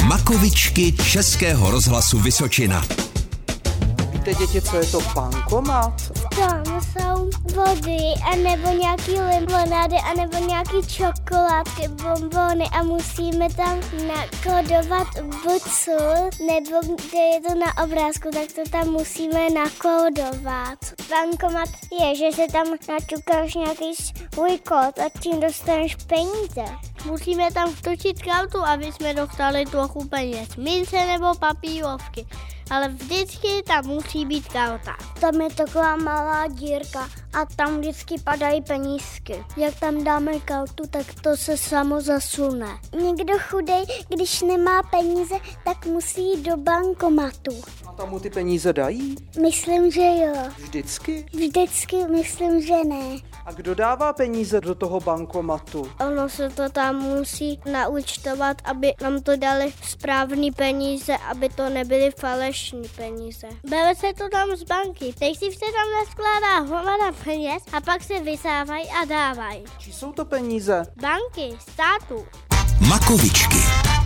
Punkovičky Českého rozhlasu Vysočina. Víte, děti, co je to pankomat? Tam jsou vody, anebo nějaký limonády, anebo nějaký čokoládky, bombony a musíme tam nakodovat bucul, nebo kde je to na obrázku, tak to tam musíme nakodovat. Bankomat je, že se tam naťukáš nějaký svůj kód a tím dostaneš peníze. Musíme tam vtočit kartu, aby jsme dostali trochu peněz, mince nebo papírovky ale vždycky tam musí být karta. Tam je taková malá dírka a tam vždycky padají penízky. Jak tam dáme kartu, tak to se samo zasune. Někdo chudej, když nemá peníze, tak musí jít do bankomatu. A tam mu ty peníze dají? Myslím, že jo. Vždycky? Vždycky myslím, že ne. A kdo dává peníze do toho bankomatu? Ono se to tam musí naučtovat, aby nám to dali správný peníze, aby to nebyly falešní peníze. Bere se to tam z banky, teď si se tam naskládá hovada peněz a pak se vysávají a dávají. Čí jsou to peníze? Banky, státu. Makovičky.